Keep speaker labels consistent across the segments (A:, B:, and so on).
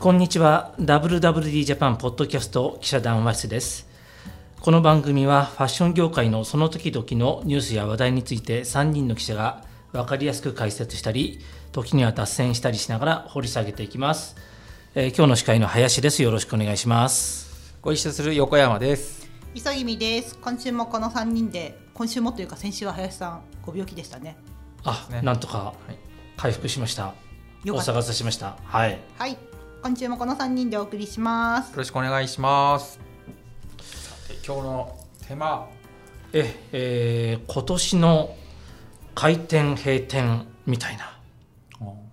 A: こんにちは WWD ジャパンポッドキャスト記者談話室ですこの番組はファッション業界のその時々のニュースや話題について3人の記者が分かりやすく解説したり時には脱線したりしながら掘り下げていきます、えー今日の司会の林ですよろしくお願いします
B: ご一緒する横山です。
C: 急ぎみです今週もこの3人で今週もというか先週は林さんご病気でしたね
A: あ、
B: ね
A: なんとか回復しました
C: よ
A: お
C: かった
A: 探せしましたはい
C: はい今週もこの3人でお送りします
B: よろしくお願いします。さて今日のテーマ、
A: え、えー今年の開店閉店みたいな、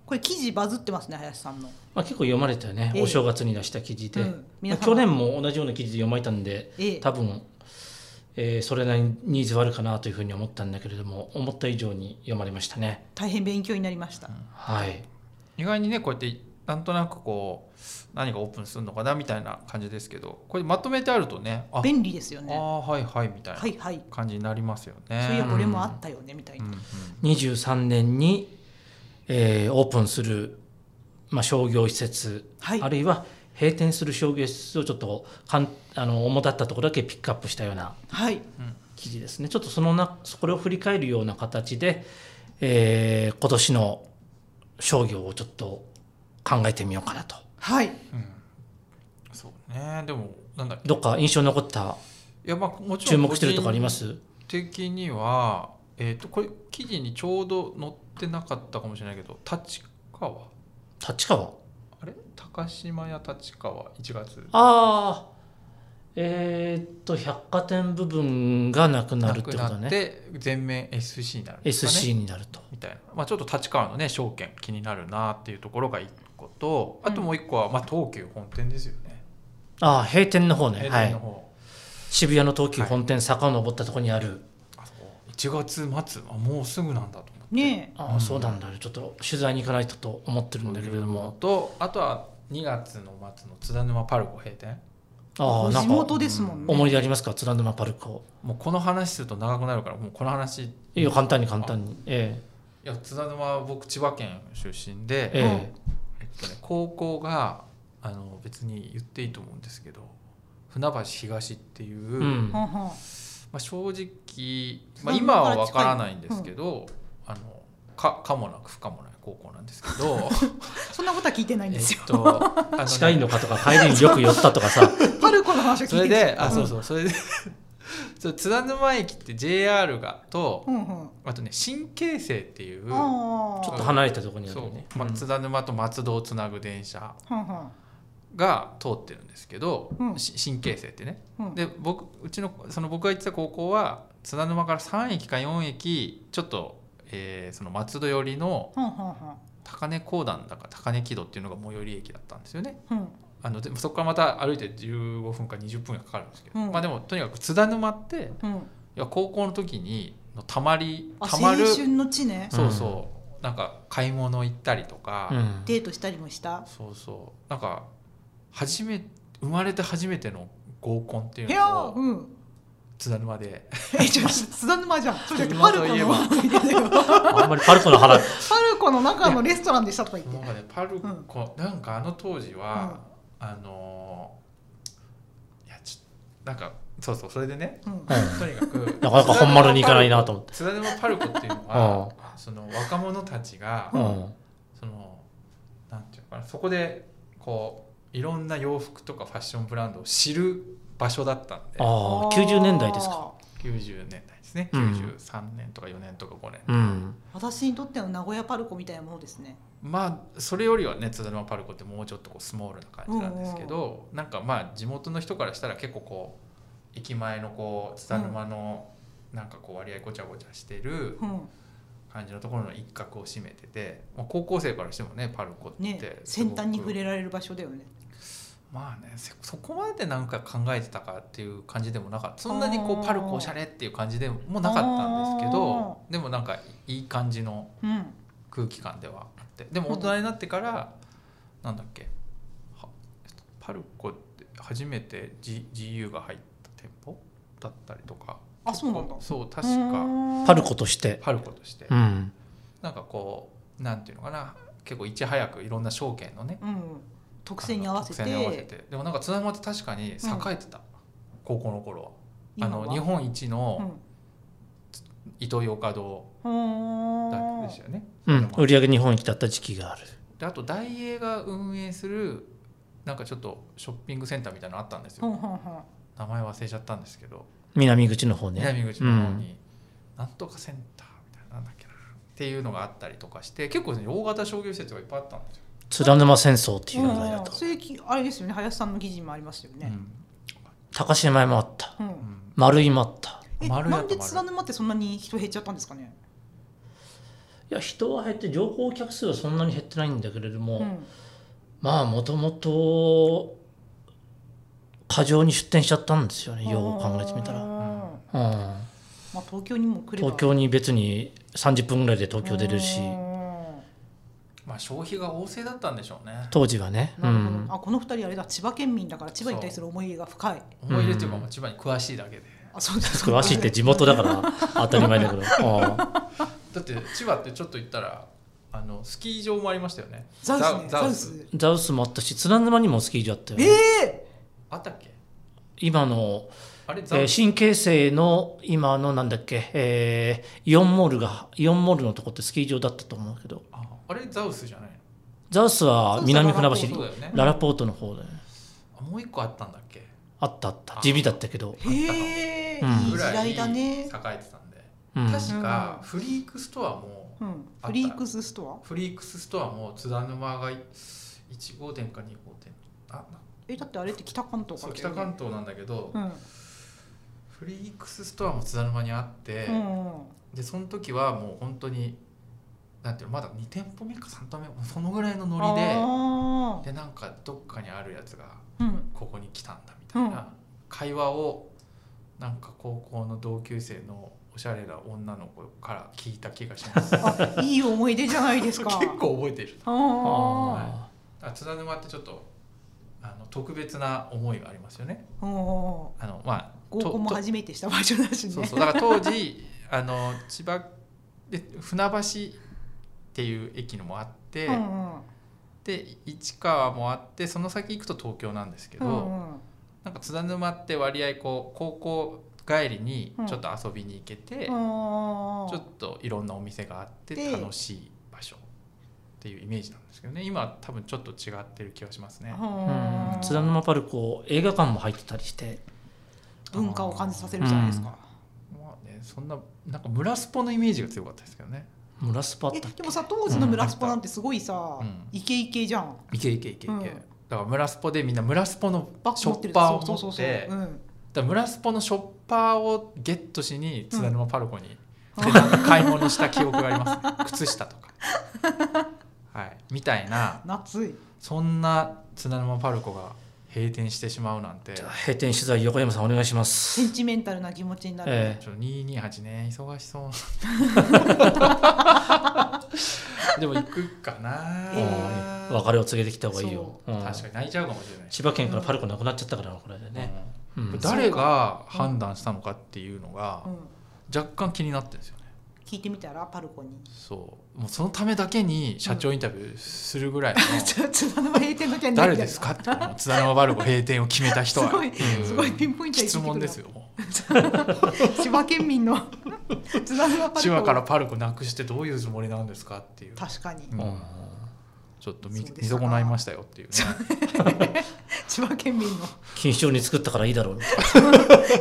C: これ記事バズってますね林さんの
A: まあ、結構読まれたよね、
C: ええ
A: お正月に出した記事で、
C: うん
A: まあ
C: 皆様
A: 去年も同じような記事で読まれたんで、
C: ええ
A: 多分、えーそれなりにニーズはあるかなというふうに思ったんだけれども思った以上に読まれましたね
C: 大変勉強になりました、
A: はい
B: 意外にねこうやってなんとなくこう何がオープンするのかなみたいな感じですけど、これまとめてあるとね、あ、
C: 便利ですよ
B: あ
C: ね
B: ーはいはいみたいな
C: はいはい
B: 感じになりますよね。
C: そういやこれもあったよねみたい
B: うん
C: な、
B: うん
A: 23年に、えーオープンする、まあ、商業施設、
C: はい
A: あるいは閉店する商業施設をちょっとかんあの主だったところだけピックアップしたような
C: はい
A: 記事ですねちょっとそのなこれを振り返るような形で、えー今年の商業をちょっと考えてみようかなと
C: はい
B: そうね。でもなんだっけ。
A: どっか印象に残った
B: いやまあもちろん
A: 注目してるとこあります
B: 的にはえっ、とこれ記事にちょうど載ってなかったかもしれないけど立川
A: 立川
B: あれ高島屋立川1月
A: ああえーっと百貨店部分がなくなるって
B: なく
A: こ
B: な
A: と
B: っ
A: ね
B: て全面 SC になるんですかね
A: SC になると
B: みたいな、まあ、ちょっと立川のね証券気になるなっていうところが1個とあともう1個は、まあ、東急本店ですよね
A: ああ閉店の方ね
B: 平
A: は
B: 店の
A: い
B: 方、
A: 渋谷の東急本店坂を登ったところにある、
B: あそこ1月末あもうすぐなんだと思って
C: ねえ
A: ああそうなんだちょっと取材に行かないとと思ってるんだけれども
B: とあとは2月の末の津田沼パルコ閉店
A: ああな
C: 地
A: んか
C: 元ですもんね、
A: 思い出ありますか津田沼パルコ
B: もうこの話すると長くなるからもうこの話い
A: いいよ簡単に簡単にえ
B: や津田沼は僕千葉県出身で、
A: えええ
B: えっとね高校があの別に言っていいと思うんですけど船橋東っていう、
A: うん
C: はんはん
B: まあ、正直、
C: 津
B: ま
C: 田
B: あ、
C: 沼
B: 今は分からないんですけど、あのかかもなく不可もない高校なんですけ ど
C: そんなことは聞いてないん
B: え
C: ですよ
B: っとあのね
A: 近いのかとか帰りによく寄ったとかさ
C: パルコの話を聞いて
B: それで
C: あ
B: あそうそうそれで そう津田沼駅って JR がと
C: うんうん
B: あとね新京成っていう
C: あー
A: ちょっと離れたところにある
B: そ
A: よ
B: う
A: ね、
B: まあ、津田沼と松戸をつなぐ電車
C: はんは
B: が通ってるんですけど、
C: うん
B: し新京成ってね
C: んうん
B: で僕うちのその僕が行ってた高校は津田沼から3駅か4駅ちょっと、えーその松戸寄りの
C: はんはんはん
B: 高根講談だか高根木戸っていうのが最寄り駅だったんですよね
C: うん
B: あのでそこからまた歩いて15分か20分がかかるんですけど、
C: うん
B: まあでもとにかく津田沼って
C: うん
B: いや高校の時にのたまり
C: あ
B: たまる
C: 青春の地ね、
B: そうそう、なんか買い物行ったりとか、
A: うん
C: デートしたりもした
B: そうそうなんか初め生まれて初めての合コンっていう
C: いや
B: のを
C: ーうん
B: 津田沼で
C: えちょっと津田沼じ ゃんそうじゃなくて
B: 今
C: パ
B: と
C: ルコ
B: いえ
C: の
B: ば
C: 思い出 だよ
A: あんまりパルコの話
C: パルコの中のレストランでしたとか言って
B: なんかねパルコ、なんかあの当時は、あのーいやちょなんかそうそうそれでね
C: うん
B: とにかく
A: なかなか本丸に行かないなと思って
B: 津田沼パルコっていうのは その若者たちが、
A: う、
C: うん
B: そのなんていうのかなそこでこういろんな洋服とかファッションブランドを知る場所だったんで
A: ああ90年代ですか
C: あ
B: 90年代ですね、
A: うん
B: 93年とか4年とか5年
A: うん
C: ー私にとっての名古屋パルコみたいなものですね
B: まあそれよりはね津田沼パルコってもうちょっとこうスモールな感じなんですけど、なんかまあ地元の人からしたら結構こう駅前のこう津田沼のなんかこう割合ごちゃごちゃしてる
C: うん
B: 感じのところの一角を占めてて、まあ、高校生からしてもねパルコって、
C: ね
B: すご
C: 先
B: く
C: 端に触れられる場所だよね
B: まあねせそこまでなんか考えてたかっていう感じでもなかったそんなにこ
C: あ
B: う
C: ー
B: パルコおしゃれっていう感じでもなかったんですけどでもなんかいい感じの
C: うん
B: 空気感ではあってでも大人になってから、なんだっけはパルコって初めて、G、GU が入った店舗だったりとか
C: あそうなんだ
B: そう確か
A: パルコとして
B: パルコとして、
A: うん
B: なんかこうなんていうのかな結構いち早くいろんな証券のね
C: うん特性に合わせて
B: 特性に合わせてでもなんか津田沼って確かに栄えてた、高校の頃はあの日本一の糸魚川堂だ
C: 本
B: ですよね、
A: うん、売り上げ日本一だった時期がある
B: であと大英が運営するなんかちょっとショッピングセンターみたいなのあったんですよ、名前忘れちゃったんですけど
A: 南口の方ね
B: 南口の方に、なんとかセンターみたいななんだっけなっていうのがあったりとかして結構ね大型商業施設がいっぱいあったんですよ、
A: うん、津田沼戦争っていうのがやっ
C: は
A: た
C: それあれですよね林さんの記事にもありましたよね、
A: 高島屋もあった
C: うん
B: うんうん
A: 丸井もあった
C: え
B: 丸や
C: な
B: と
C: んで津田沼ってそんなに人減っちゃったんですかね、
A: いや人は減って乗降客数はそんなに減ってないんだけれども、
C: うん
A: まあもともと過剰に出店しちゃったんですよねよう考えてみた
C: あー
A: ら、
C: ま
A: うん、
C: あ、東京にも来れば
A: 東京に別に30分ぐらいで東京出れるし
C: うん
B: まあ消費が旺盛だったんでしょうね
A: 当時はね、う
C: なるほど
A: ん、
C: あこの二人あれだ千葉県民だから千葉に対する思い入れが深い
B: 思い入れというかもう千葉に詳しいだけで
C: あそうです
A: 詳しいって地元だから 当たり前だけど、うん
B: だって千葉ってちょっと行ったらあのスキー場もありましたよね
C: ザウスね
B: ザザ
C: ザウ
B: ウ
C: ス
B: ス
A: ザウスもあったし津田沼にもスキー場あったよ、
C: ええ
B: あったっけ
A: 今の、
B: あれ
A: え
B: ザウ
A: ー
B: ス、
A: 新京成の今のなんだっけ、えーイオンモールがイオンモールのとこってスキー場だったと思うけど
B: ああれザウスじゃない
A: ザウスは南船
B: の
A: 橋
B: そうだよね
A: ララポートの方で
B: あもう一個あったんだっけ
A: あったあった
B: あ
A: 地味だったけど、
C: へえ、
A: うん
C: いい時代だ
B: 栄え
C: ね
B: て。たんで、
A: うん、
B: 確かフリークストアも
C: うん、フリークススト
B: フリークスストアも津田沼が1号店か2号店あな
C: ア？え、だってあれって北関東
B: そ
C: か
B: う
C: ら、
B: 北関東なんだけど、
C: 東。
B: フリークスストアも津田沼にあって、
C: うん。うん
B: でその時はもう本当になんていうのまだ2店舗目か3店舗目そのぐらいのノリで。
C: あー
B: でなんかどっかにあるやつが
C: うん。
B: ここに来たんだみたいな、
C: うん
B: 会話をなんか高校の同級生のおしゃれな女の子から聞いた気がし ます結
C: あ、いい思い出じゃないです か。
B: 構覚えてる
C: あ
A: あ
B: あ津田沼ってちょっとあの特別な思いがありますよね
C: あ。うん。
B: あのまあ
C: 合コンも
B: とと
C: 初めてした場所だしね。
B: そうそうだから当時あの千葉で船橋っていう駅のもあって、
C: うんうん。
B: で市川もあってその先行くと東京なんですけど、
C: うんうん
B: なんか津田沼って割合こう高校帰りにちょっと遊びに行けて、
C: あー
B: ちょっといろんなお店があって
C: で
B: 楽しい場所っていうイメージなんですけどね今多分ちょっと違ってる気がしますね。
A: ー
C: う
A: うんん津田沼パルコ映画館も入ってたりして
C: 文化を感じさせるじゃないですか。
B: まあねそんななんか村スポのイメージが強かったですけどね。
A: 村スパあっ
C: え、
A: たっ
C: で
A: け
C: もさ当時の村スポなんてすごいさ
B: うん、
C: イケイケじゃん。
B: いけいけいけいけ。
C: うん
B: だから村スポでみんな村スポの
C: バッ
B: シ
C: グ
B: ョ
C: 持っ
B: ッ
C: てる。
B: パーを
C: そうそ
B: 持
C: う
B: っ
C: そう
B: て
C: そう。うん。
B: だから村スポのショッパーをゲットしに津田沼パルコに
C: うん
B: でなんか買い物した記憶があり ます、ね、靴下とか。はい、みたいな
C: 夏い。
B: そんな津田沼パルコが閉店してしまうなんて、ち
A: じ
B: ょ
A: ゃ
B: っ
A: あ閉店取材横山さんお願いしま
C: セン
A: す
C: チメンタルな気持ちになる。
A: ええ
B: と228ね忙し そうでも行くかな、
C: え
A: 別れを告げてきた方がいいよ、うん
B: 確かに泣いちゃうかもしれない
A: 千葉県からパルコなくなっちゃったからなこれでね、
B: ね、
A: うん
B: うん誰が判断したのかっていうのが
C: うん。
B: 若干気になってるんですよね
C: 聞いてみたらパルコに。
B: そうもうそのためだけに社長インタビューするぐらいの、
C: ちょっと津田沼閉店の 件
B: 誰ですかっていうの津田沼パルコ閉店を決めた人
C: す
B: は
C: ごい
B: っていう
C: すごいピンポイントで聞いて
B: 質
C: くるな
B: 問ですよもう
C: 千葉県民の津田沼パルコ
B: 千葉からパルコなくしてどういうつもりなんですかっていう
C: 確かに
B: うん
A: うん
B: ちょっと見
C: そうで
B: 見
C: したか
B: 損ないましたよっていうね、
C: 千葉県民の
A: 錦糸町に作ったからいいだろうみたい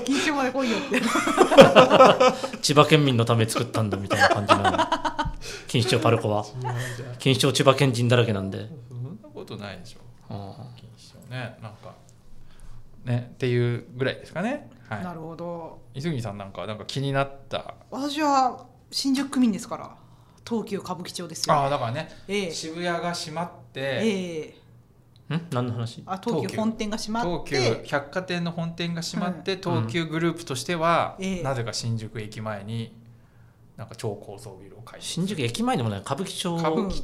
C: 銀賞まで来いよって
A: な千葉県民のため作ったんだみたいな感じ なの錦糸町パルコは錦糸町千葉県人だらけなんで、
B: そんなことないでしょ
A: うん
B: 禁止よねなんかねっていうぐらいですかね
C: な
B: は
C: るほど
B: い伊杉さんなんかなんか気になった
C: 私は新宿区民ですから東急歌舞伎町ですよ
B: ああだからね
C: ええ
B: 渋谷が閉まって
C: ええ
A: ん何の話
C: あ東
B: 東
C: 急
B: 急
C: 本店が閉まっ
B: 東急
C: て
B: 百貨店の本店が閉まって
A: ん
B: 東急グループとしては
C: ええ
B: なぜか新宿駅前になんか超高層ビルを開設
A: 新宿駅前でもない歌舞伎町
B: 歌舞
C: うん
B: 伎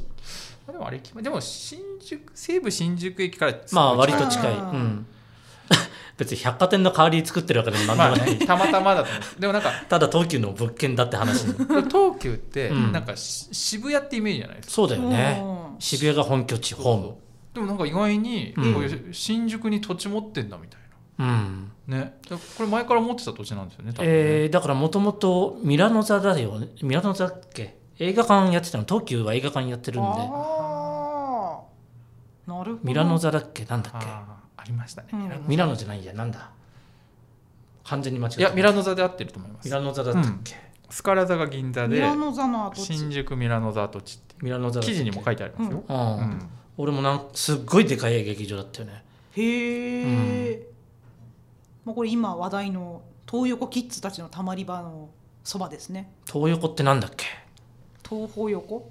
B: でもあれ駅前でも新宿西武新宿駅から
A: まあ割と近い、う
C: あー
A: ん、 別に百貨店の代わりに作ってるわけでも
B: ま
A: 何
B: あ
A: でもない、
B: ね、たまたまだと思うでもなんか
A: ただ東急の物件だって話
B: 東急って
A: うん
B: なんかし渋谷ってイメージじゃないですか、
A: そうだよね
C: うん
A: 渋谷が本拠地
B: そう
A: ホーム
B: そうでもなんか意外にこう
A: うん
B: いう新宿に土地持ってんだみたい
A: うん
B: なねだからこれ前から持ってた土地なんですよね多分ね、
A: えーだからもともとミラノ座だよねミラノ座だっけ映画館やってたの東急は映画館やってるんで
C: あーなるほど
A: ミラノ座だっけなんだっけ
B: あーありましたね
C: うん
B: ミラノ
A: ミラノじゃないやなんだ完全に間違え
B: い
A: た
B: やミラノ座で合ってると思いま
A: ミ
B: す
A: ラノ座だったっけ、
B: スカラ座が銀座
C: ミ
B: で
C: ラノ座の跡地
B: 新宿ミラノ座跡地って
A: ミラノ座だったっけ
B: 記事にも書いてありますよ、
A: うん、
B: うん
A: 俺もなんすっごいでかい劇場だったよね
C: へえ、もうこれ今話題の東横キッズたちのたまり場のそばですね
A: 東横ってなんだっけ
C: 東方横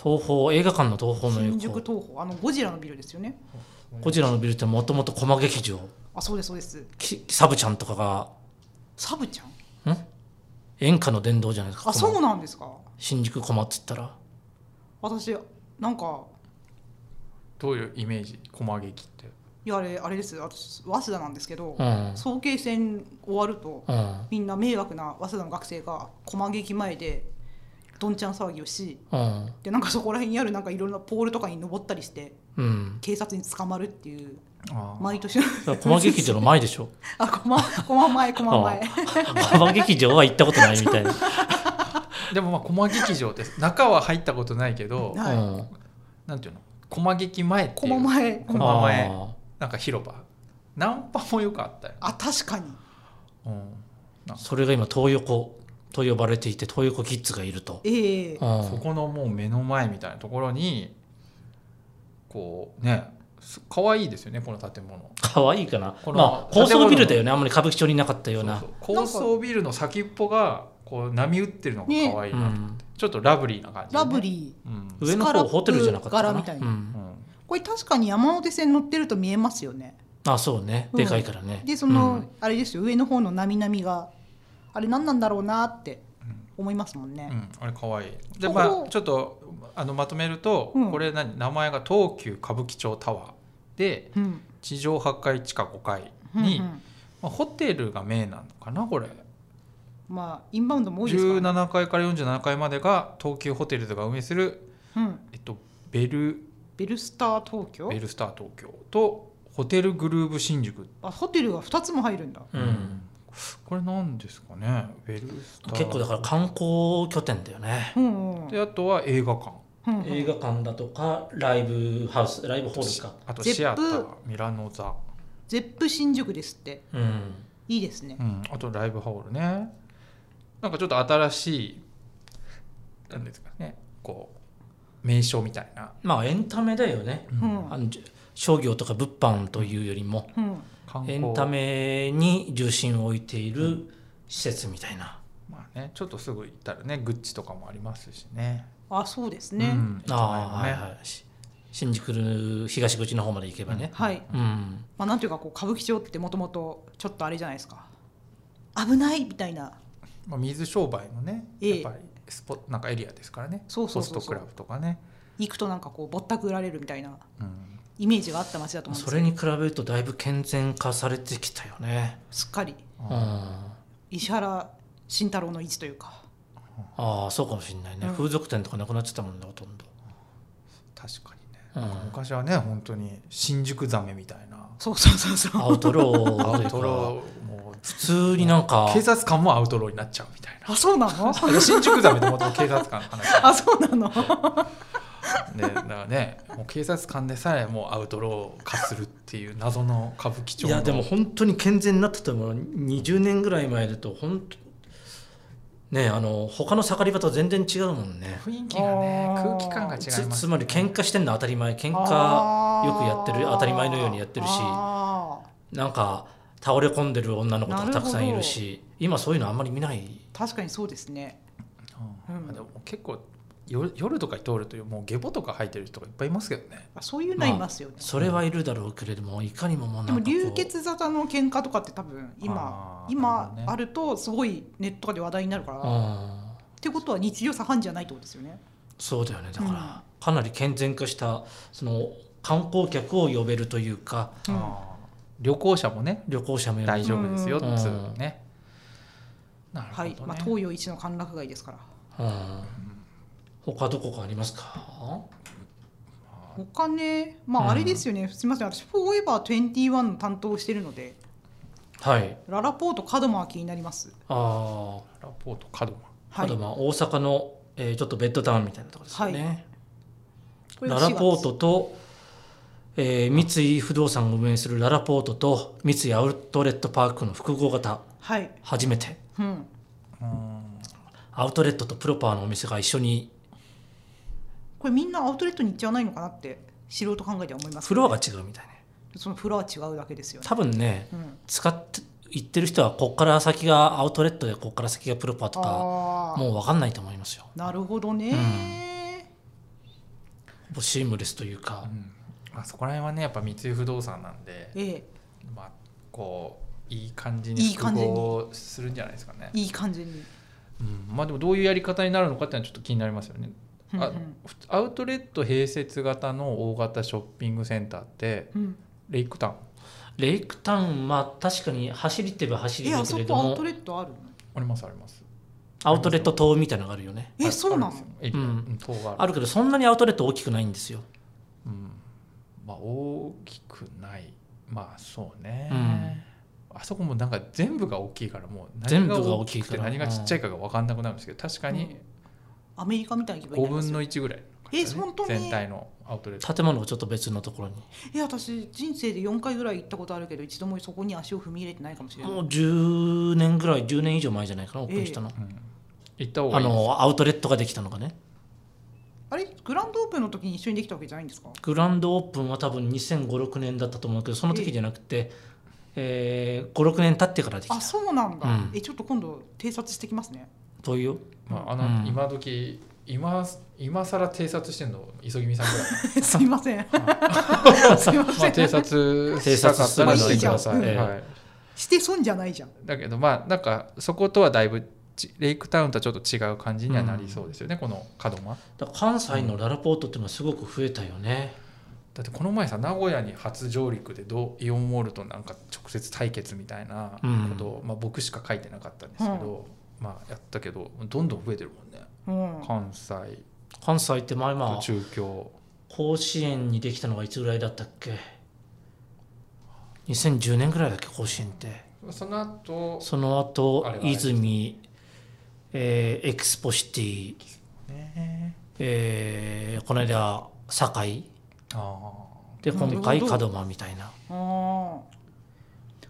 A: 東宝映画館の東宝の
C: 新宿
A: 横
C: 東宝あのゴジラのビルですよね
A: こちらのビルってもともと駒劇場
C: あそうですそうです
A: きサブちゃんとかが
C: サブちゃん
A: 演歌の殿堂じゃないですか
C: あ
A: 駒
C: そうなんですか
A: 新宿駒っつったら
C: 私なんか
B: どういうイメージ駒劇って
C: いやあれあれです私早稲田なんですけど、
A: うん
C: 早慶戦終わると
A: うん
C: みんな迷惑な早稲田の学生が駒劇前でどんちゃん騒ぎをし
A: うん
C: でなんかそこら辺にあるなんかいろんなポールとかに登ったりして
A: うん
C: 警察に捕まるっていう
B: あー
C: 毎年の
A: だから駒劇場の前でし ょ
C: あ駒駒前駒前
A: 駒劇場は行ったことないみたいな、
B: でもまあ駒劇場って 中は入ったことないけど
C: はい
A: うん
B: なんていうの駒劇前ってい
C: 駒
B: う
C: 前
B: この前
A: あー
B: なんか広場ナンパもよくあったよ、
C: あ確かに
B: うん、
A: それが今東横と呼ばれていて東横キッズがいると、
C: ええ
A: うん
B: そこのもう目の前みたいなところにこうねす可愛いですよねこの建物
A: 可愛いかな
B: この
A: まあ高層ビルだよねあんまり歌舞伎町になかったような
B: そうそう高層ビルの先っぽがこう波打ってるのが可愛いな、
A: うん
B: ちょっとラブリーな感じ、ね、
C: ラブリー
B: うん、
A: 上の
C: スカラ
A: 方
C: ップ
A: ホテルじゃなかったか
C: 柄
A: な
C: みたいな
A: うん
B: うん
C: これ確かに山手線乗ってると見えますよね
A: あそうね
C: うん
A: でかいからね、
C: でその、
A: うん
C: あれですよ上の方のなみなみがあれ何なんだろうなって思いますもん
B: う
C: ね、
B: ん、あれ可愛いで
C: おお
B: まあちょっとあのまとめると、
C: うん
B: これ何名前が東急歌舞伎町タワーで
C: うん
B: 地上8階地下5階
C: うん
B: に、
C: うん
B: まあ、ホテルが名なのかなこれ
C: まあインバウンドも多いですから、ね
B: 17階から47階までが東急ホテルズが運営する、
C: うん、
B: えっと、ベル
C: ベルスター東京
B: ベルスター東京とホテルグルーブ新宿、
C: あホテルが2つも入るんだ
A: うん
B: これ何ですかねベルスター
A: 結構だから観光拠点だよね、
C: うんうん
B: であとは映画館
C: うんうん
A: 映画館だとかライブハウスライブホールか
B: あと
C: ゼップ
B: シアターミラノ座、
C: ゼップ新宿ですって
A: うん
C: いいですね
B: うん、あとライブホールねなんかちょっと新しいなんですかねこう名所みたいな、
A: まあエンタメだよね
C: うん
A: あのじゅ商業とか物販というよりも
C: うん
B: 観
A: エ
B: 光
A: ンタメに重心を置いている施設みたいな、
B: まあねちょっとすぐ行ったらねグッチとかもありますしね
C: あそうですね、
B: うん、
A: ああ、はい
B: ね、
A: はいし新宿東口の方まで行けばね、
C: はい
A: うん、
C: まあ、なんていうかこう歌舞伎町ってもともとちょっとあれじゃないですか危ないみたいな
B: まあ、水商売のね
C: え
B: や
C: え
B: っぱりスポなんかエリアですからね
C: そうそうそうそう
B: ホストクラブとかね、
C: 行くとなんかこうぼったくられるみたいな
B: うん、
C: イメージがあった街だと思うんで
A: そ
C: すけ
A: れ
C: ど
A: に比べるとだいぶ健全化されてきたよね。
C: すっかり
A: うん、あ
C: 石原慎太郎の位置というか
A: あそうかもしれないね、
C: うん
A: 風俗店とかなくなっちゃったもんねほとんど。
B: 確かにね
A: うん、
B: 昔はね本当に新宿ザメみたいな
C: そうそうそうそう
A: アウトローとい
B: アウ
A: うか
B: トローも
A: 普通になんか
B: う警察官もアウトローになっちゃうみたいな
C: あそうなの
B: い や新宿ザメってもともと警察官の話
C: あそうなの
B: ね、だからね、もう警察官でさえもうアウトロー化するっていう謎の歌舞伎町
A: い
B: の
A: やでも本当に健全になってたもの20年ぐらい前だと本当ねえあの他の盛り場と全然違うもんね。
B: 雰囲気がね
C: あー
B: 空気感が違いますね、
A: つつまり喧嘩してんの当たり前喧
C: あ
A: 嘩
C: ー
A: よくやってる当たり前のようにやってるし
C: あ
A: なんか倒れ込んでる女の子とかたくさんいるし今そういうのあんまり見ない
C: ー確かにそうですね
B: う
C: うん
B: ん、でも結構夜夜とかに通るというもう下ボとか履いてる人がいっぱいいますけどね
C: あそういうのはいますよね、
A: それはいるだろうけれどもいかにももう
C: で
A: なん
C: も
A: かこう
C: 流血沙汰の喧嘩とかって多分今
B: あーなる
C: 今
B: ほどね
C: あるとすごいネットとかで話題になるから、
A: う
C: っ
A: ん
C: てことは日常茶飯事じゃないってことですよね
A: そうだよねだか
C: う
A: らかなり健全化したその観光客を呼べるというか
C: うん
B: あー旅行者もね
A: 旅行者も呼べ
B: 大
A: る
B: 丈夫ですよっ
A: うん
B: つうのね、なるほど
C: は
B: ね、
C: い、まあ、東洋一の歓楽街ですから
A: うん他どこかありますか
B: まあ
C: お金まああれですよね、すみません私フォーエバー21の担当をしてるので
A: はい
C: ララポートカドマー気になります
A: ああ
B: ラポートカドマ
A: あ
C: はい
A: とまあ大阪の、えーちょっとベッドタウンみたいなところですよね、
C: これが
A: ラ
C: 4月
A: ラポートと、えー三井不動産が運営するララポートと三井アウトレットパークの複合型
C: はい
A: 初めて
C: うん
B: うん
A: アウトレットとプロパーのお店が一緒に
C: これみんなアウトレットに行っちゃわないのかなって素人考えでは思います
A: フロアが違うみたいね
C: そのフロア違うだけですよね
A: 多分ね
C: うん
A: 使って行ってる人はこっから先がアウトレットでこっから先がプロパーとか
C: ああ
A: もう分かんないと思いますよ
C: なるほどね、
A: ほぼシームレスという
B: う
A: か、
B: んまあ、そこら辺はねやっぱ三井不動産なんで、
C: え
B: まあ、こういい感じに
C: いい
B: 複
C: 感じに
B: 合するんじゃないですかね
C: えいい感じに、
B: うん、まあでもどういうやり方になるのかっていうのはちょっと気になりますよね、
C: うんう
B: あ
C: ん
B: ふアウトレット併設型の大型ショッピングセンターって
C: うん、
B: レイクタウン
A: レイクタウンまあ確かに走りって言えば走り
C: え
A: だ
C: あ
A: け
C: そ
A: れど
C: こアウ
A: も
C: トレットあるの
B: ありますあります
A: アウトレット島みたいなのがあるよね
C: え
B: あ
C: そうなの
B: あるんですよエリア
A: うん
B: うん塔がある
A: あるけどそんなにアウトレット大きくないんですよ
B: うん、まあ大きくないまあそうね、あそこもなんか全部が大きいからもう
A: 全
B: 何
A: 部
B: が
A: が
B: 大
A: 大き
B: き
A: い
B: く
A: か
B: て
A: ら
B: 何がちっちゃいかが分かんなくなるんですけど確かに
C: アメリカみたいな気分に
B: 5
C: なります
B: 分
C: よ
B: の1ぐらいの
C: え
B: 感じだね
C: 本当に
B: 全体のアウトレット
A: 建物がちょっと別のところに
C: え私人生で4回ぐらい行ったことあるけど一度もそこに足を踏み入れてないかもしれない、
A: もう10年ぐらい10年以上前じゃないかなオープンしたの、
B: うん行った方が
A: あ
B: いいです
A: のアウトレットができたのがね
C: あれグランドオープンの時に一緒にできたわけじゃないんですか
A: グランドオープンは多分2005-6年だったと思うけどその時じゃなくて、えー56年経ってからできた
C: あそうなんだ、
A: うん
C: えちょっと今度偵察してきますね
A: というよ
B: まああの
A: うん
B: 今時今今更偵察してんの急ぎみさんぐらい
C: すいませんすいま
B: ま
C: せ
B: あ
C: ん
B: 偵察したかったら
C: 偵察するのはいい
B: して
C: じ
B: く
C: ゃん
B: ださい、
A: うん
B: はい、
C: して損じゃないじゃん
B: だけどまあなんかそことはだいぶちレイクタウンとはちょっと違う感じにはなりそうですよね、この角間
A: だから関西のララポートっていうのはすごく増えたよね、
B: だってこの前さ名古屋に初上陸でどうイオンモールとなんか直接対決みたいなことを、まあ、僕しか書いてなかったんですけど、まあやったけどどんどん増えてるもんね
C: うん
B: 関西
A: 関西って前まあ
B: 中京
A: 甲子園にできたのがいつぐらいだったっけ2010年ぐらいだっけ甲子園って
B: その後
A: その
B: あ
A: 後
B: れは
A: 泉、えーエクスポシティ、
B: ね
A: えーこの間堺
B: あ
A: で
C: なるほど
A: 今回門真みたいな
C: あー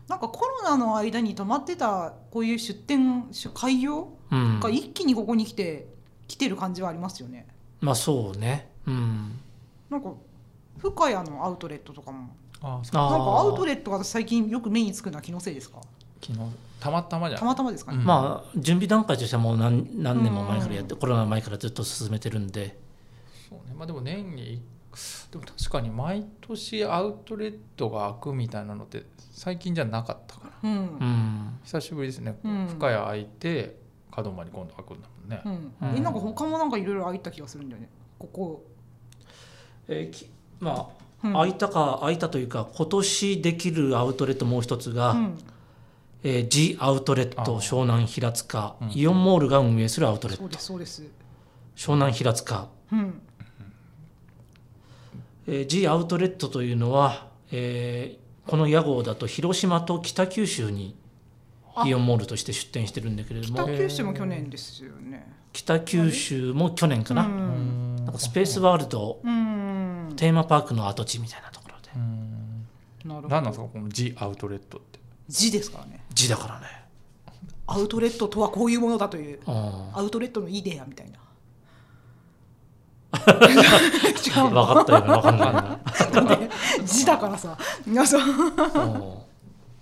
C: なんかコロナの間に止まってたこういう出店出開業
A: うん
C: が一気にここに来て来てる感じはありますよね
A: まあそうねうん
C: なんか深谷のアウトレットとかも
B: あ
A: あー
C: なんかアウトレットが私最近よく目につくのは気のせいですか
B: 昨日たまたまじゃ
C: た
B: ない
C: またまですかね、
B: うん
A: まあ準備段階としてはもう何何年も前からやって、
C: う
A: コロナ前からずっと進めてるんで
B: そうねまあでも年にでも確かに毎年アウトレットが開くみたいなのって最近じゃなかったから
C: うん
A: うん
B: 久しぶりですね、
C: うん
B: 深谷開いて門真に今度開くんだもんね、
C: うん
A: うん
C: えなんか他もなんかいろいろ開いた気がするんだよねここ、
A: えーきま
C: う
A: あ
C: ん、
A: 空いたか空いたというか今年できるアウトレットもう一つが、
C: うん
A: えー、ジアウトレッ
B: あ
A: ト湘南平塚、
B: うん
A: イオンモールが運営するアウトレッ
C: そう
A: ト
C: ですそうです
A: 湘南平塚、
C: うん
A: えー、ジアウトレットというのは、えーこの屋号だと広島と北九州に
C: あ
A: イオンモールとして出店してるんだけれど
C: 北
A: も
C: 九州も去年ですよね
A: 北九州も去年かな,、
C: うん
A: なんかスペースワールド
C: うん
A: テーマパークの跡地みたいなところで
B: うん
C: なる
B: 何
C: ほど
B: なんですかこの「ジ・アウトレット」って
C: 字ですからね
A: 字だからね、
C: アウトレットとはこういうものだという
A: うん、
C: アウトレットのイデアみたいな違う
A: 分
C: の
A: かったよ分かん な
C: 字だからさいやそう
A: いな、うん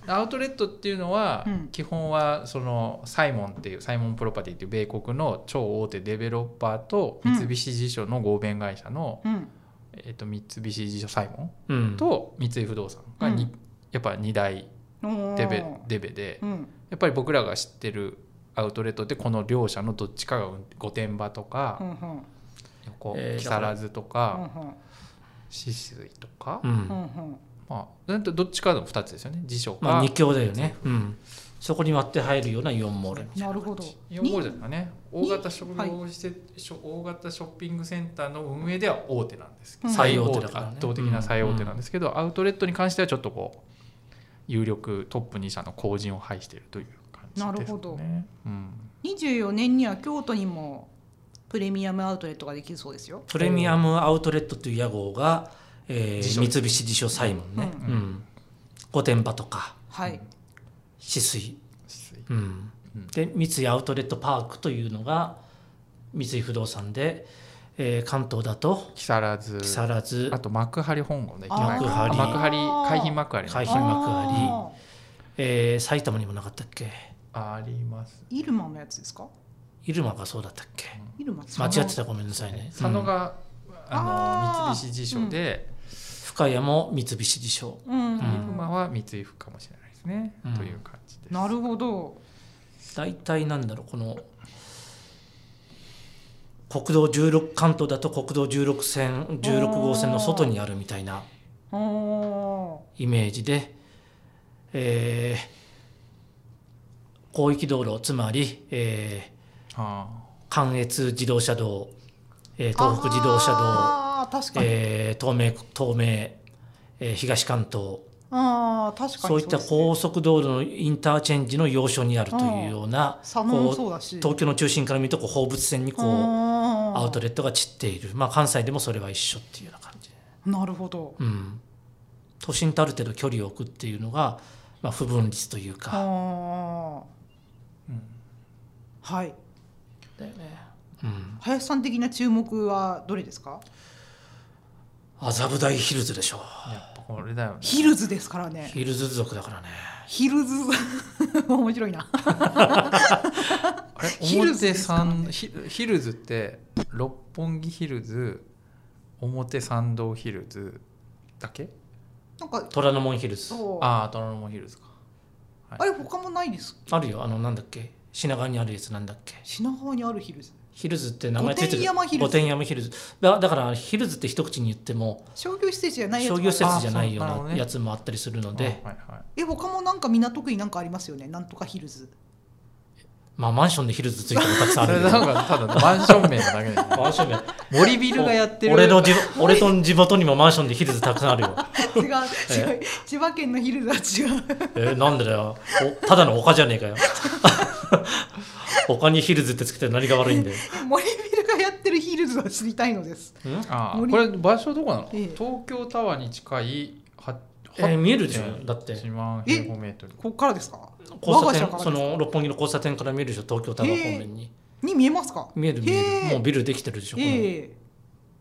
B: アウトレットっていうのは、
C: うん
B: 基本はそのサイモンっていうサイモンプロパティっていう米国の超大手デベロッパーと
C: うん
B: 三菱地所の合弁会社の、
C: うん
B: えっと三菱地所サイモ
A: うん
B: ン、と三井不動産がに、
C: うん
B: やっぱ2大
C: おー
B: デベデベで
C: うん
B: やっぱり僕らが知ってるアウトレットってこの両社のどっちかが御殿場とか、
C: うんうん
B: 横
A: えー
B: 木更津とか
C: うん
B: 酒々井とか、
A: う
C: うんんうん
B: まあ、なんとどっちかの2つですよね辞書か、
A: まあ、二強だよね、うん、そこに割って入るようなイオンモールみたい
C: な
A: な
C: るほど
B: 4号じゃないかね大型ショッピングして、ショ大型ショッピングセンターの運営では大手なんですけど、
C: うん
B: 最大
A: 最大手
B: 手
A: だからね
B: 圧倒的な最大手なんですけど、アウトレットに関してはちょっとこう有力トップ2社の後陣を排しているという感じですね。
C: なるほど
B: うん、
C: 24年には京都にもプレミアムアウトレットができるそうですよ。
A: プレミアムアウトレットという屋号が、えー
B: 自称
A: 三菱地所サイモンね、
B: うん
A: うん御殿場とか
C: はい。
A: 止水、
B: し
A: うん
B: うん
A: で三井アウトレットパークというのが三井不動産で、えー関東だと
B: 木更津
A: 木更津
B: あと幕張本郷ね
C: あー
B: 幕張幕張海浜幕張
A: 海
B: ね
A: 浜幕張
C: あ
A: えー埼玉にもなかったっけ
B: あります
C: ーイルマのやつですか？
A: 入間がそうだったっけ
C: イルマって
A: 間違ってたらごめんなさいね、
B: 佐野が、あの
C: あー
B: 三菱地所で、
A: うん深谷も三菱地所
C: うん、うん
B: 入間は三井府かもしれないですね、
A: うん
B: という感じです
C: なるほど。
A: 大体なんだろうこの国道16関東だと国道16線16号線の外にあるみたいな
C: おお
A: イメージで、えー広域道路つまり、え
B: あ
A: ー関越自動車道、えー東北自動車
C: ああ確
A: 道、
C: かに。
A: えー東名東名、えー東関東
C: ああ確かに
A: そういった
C: ですね
A: 高速道路のインターチェンジの要所にあるというような
C: 佐野も
A: こ
C: そう
A: う
C: だし。
A: 東京の中心から見るとこう放物線にこう。アウト
C: ア
A: レットが散っている、まあ、関西でもそれは一緒っていうような感じ、
C: なるほど。
A: うん、都心とある程度距離を置くっていうのが、まあ、不分率という
C: あ
A: か、
C: あ
B: ーうん
C: はい。
A: うん、
C: 林さん的な注目はどれですか？
A: 麻布台ヒルズでしょ
B: やっぱこれだよね
C: ヒルズですからね。
A: ヒルズ族だからね
C: ヒルズ 面白いな。
B: あれ
C: ヒルズ
B: 表参ヒヒルズって六本木ヒルズ表参道ヒルズだけ
C: なんか
A: 虎ノ門ヒルズ
C: そう。
B: ああ虎ノ門ヒルズか
C: あれ他もないです。
A: あるよあのなんだっけ品川にあるやつなんだっけ
C: 品川にあるヒルズ。
A: ヒルズって名前ついて
C: 御殿山ヒルズ
A: 御殿山ヒルズだだからヒルズって一口に言っても
C: 商業施設じゃないやつ
A: 商
C: もある
A: 業施設じゃないよ
B: あそうなる
A: う
B: ほ
A: な
B: どね
A: やつもあったりするので
B: あはいはい
C: え他もなんか港区になんかありますよね。なんとかヒ ルズ。
A: まあマンションでヒルズついてるのたくさんあ
B: そ
A: る
B: れ
A: けど
B: なんかただマンション名なだけだよね
A: マンション名
B: 森ビルがやってる
A: 俺の地俺と地元にもマンションでヒルズたくさんあるよ
C: 違う違う。千葉県のヒルズは違う。
A: えーなんでだよおただの丘じゃねえかよ丘にヒルズってつけて何が悪いんだよ
C: 森ビルがやってるヒルズは知りたいのです。
B: ああ
C: 森
B: これ場所どこなの、
C: ええ
B: 東京タワーに近いは
A: えー見えるでしょだって
B: 1万平方メートル
C: ここからですか？
A: 交差
C: 我が社から
A: 点
C: です
A: その六本木の交差点から見えるでしょ東京タワー方面に、
C: に見えますか？
A: 見える見え
C: へ
A: る
C: え
A: もうビルできてるでしょ、この
C: へえ。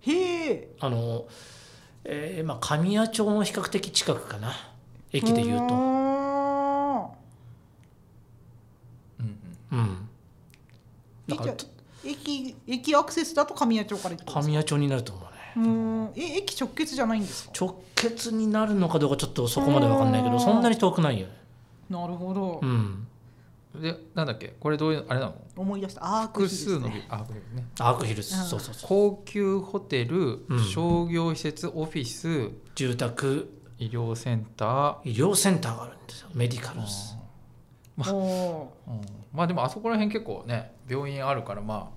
C: へえ。
A: あの、えーまあ、神谷町の比較的近くかな駅でいうと
C: と。
B: うんうん
A: うんだから
C: えじゃあ駅駅アクセスだと神谷町から行ってます
A: 神谷町になると思うね
C: うんえ駅直結じゃないんですか
A: 直結になるのかどうかちょっとそこまで分かんないけどそんなに遠くないよね
C: なるほど、
A: うん
B: でなんだっけこれどういうあれなの
C: 思い出したアーク
B: 複
C: ヒル
B: 数
C: ズ
B: の
C: です
B: ビル
C: ね
B: あビルね
A: アークヒルズ、
C: うん
A: そうそうそう
B: 高級ホテル、
A: うん
B: 商業施設オフィス
A: 住宅
B: 医療センター、
A: 医療センターがあるんですよメディカルズ
C: お
B: うんまあでもあそこら辺結構ね病院あるからまあ